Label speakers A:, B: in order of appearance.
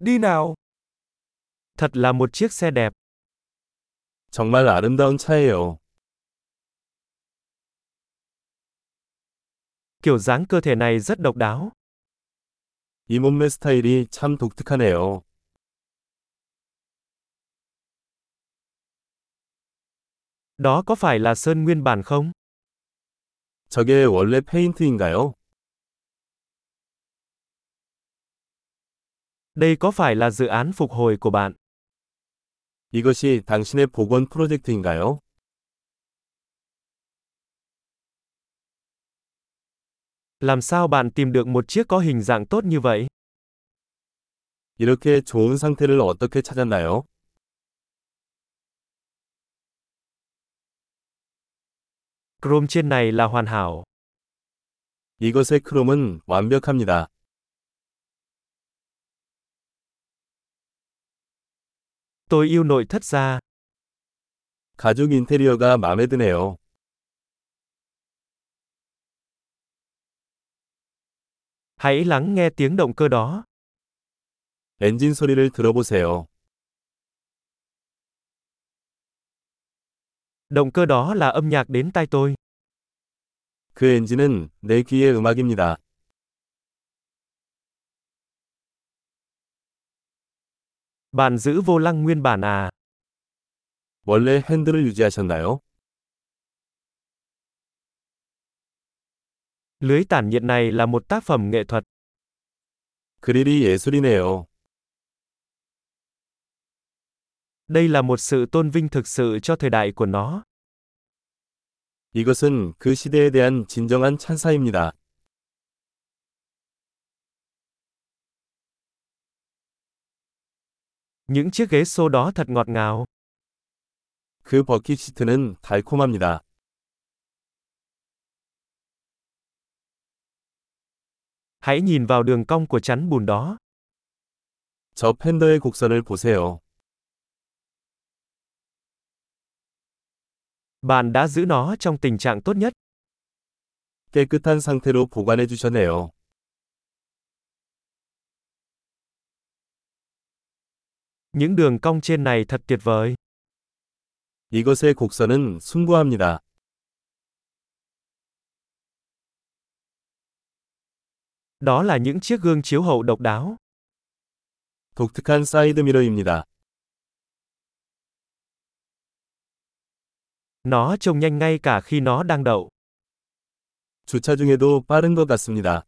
A: đi nào. Thật là một chiếc xe đẹp.
B: 정말 아름다운 차예요.
A: Kiểu dáng cơ thể này rất độc đáo.
B: 이 몸매 스타일이 참 독특하네요.
A: Đó có phải là sơn nguyên bản không?
B: 저게 원래 페인트인가요?
A: Đây có phải là dự án phục hồi của bạn?
B: 이것이 당신의 복원 프로젝트인가요?
A: Làm sao bạn tìm được một chiếc có hình dạng tốt như vậy?
B: 이렇게 좋은 상태를 어떻게 찾았나요?
A: Chrome trên này là hoàn hảo.
B: 이것의 크롬은 완벽합니다.
A: Tôi yêu nội thất da.
B: 가죽 인테리어가 마음에 드네요.
A: Hãy lắng nghe tiếng động cơ đó.
B: 엔진 소리를 들어보세요.
A: Động cơ đó là âm nhạc đến tai tôi.
B: 그 엔진은 내 귀의 음악입니다.
A: Bạn giữ vô lăng nguyên bản à?
B: 원래 핸들을 유지하셨나요?
A: Lưới tản nhiệt này là một tác phẩm nghệ thuật.
B: 그릴이 예술이네요.
A: Đây là một sự tôn vinh thực sự cho thời đại của nó.
B: 이것은 그 시대에 대한 진정한 찬사입니다.
A: Những chiếc ghế xô đó thật ngọt ngào.
B: 그 버킷 시트는 달콤합니다.
A: Hãy nhìn vào đường cong của chắn bùn đó.
B: 저 팬더의 곡선을 보세요.
A: Bạn đã giữ nó trong tình trạng tốt nhất.
B: 깨끗한 상태로 보관해 주셨네요.
A: Những đường cong trên này thật tuyệt vời.
B: 이것의 곡선은 숭고합니다.
A: Đó là những chiếc gương chiếu hậu độc đáo.
B: 독특한 사이드미러입니다.
A: Nó trông nhanh ngay cả khi nó đang đậu.
B: 주차 중에도 빠른 것 같습니다.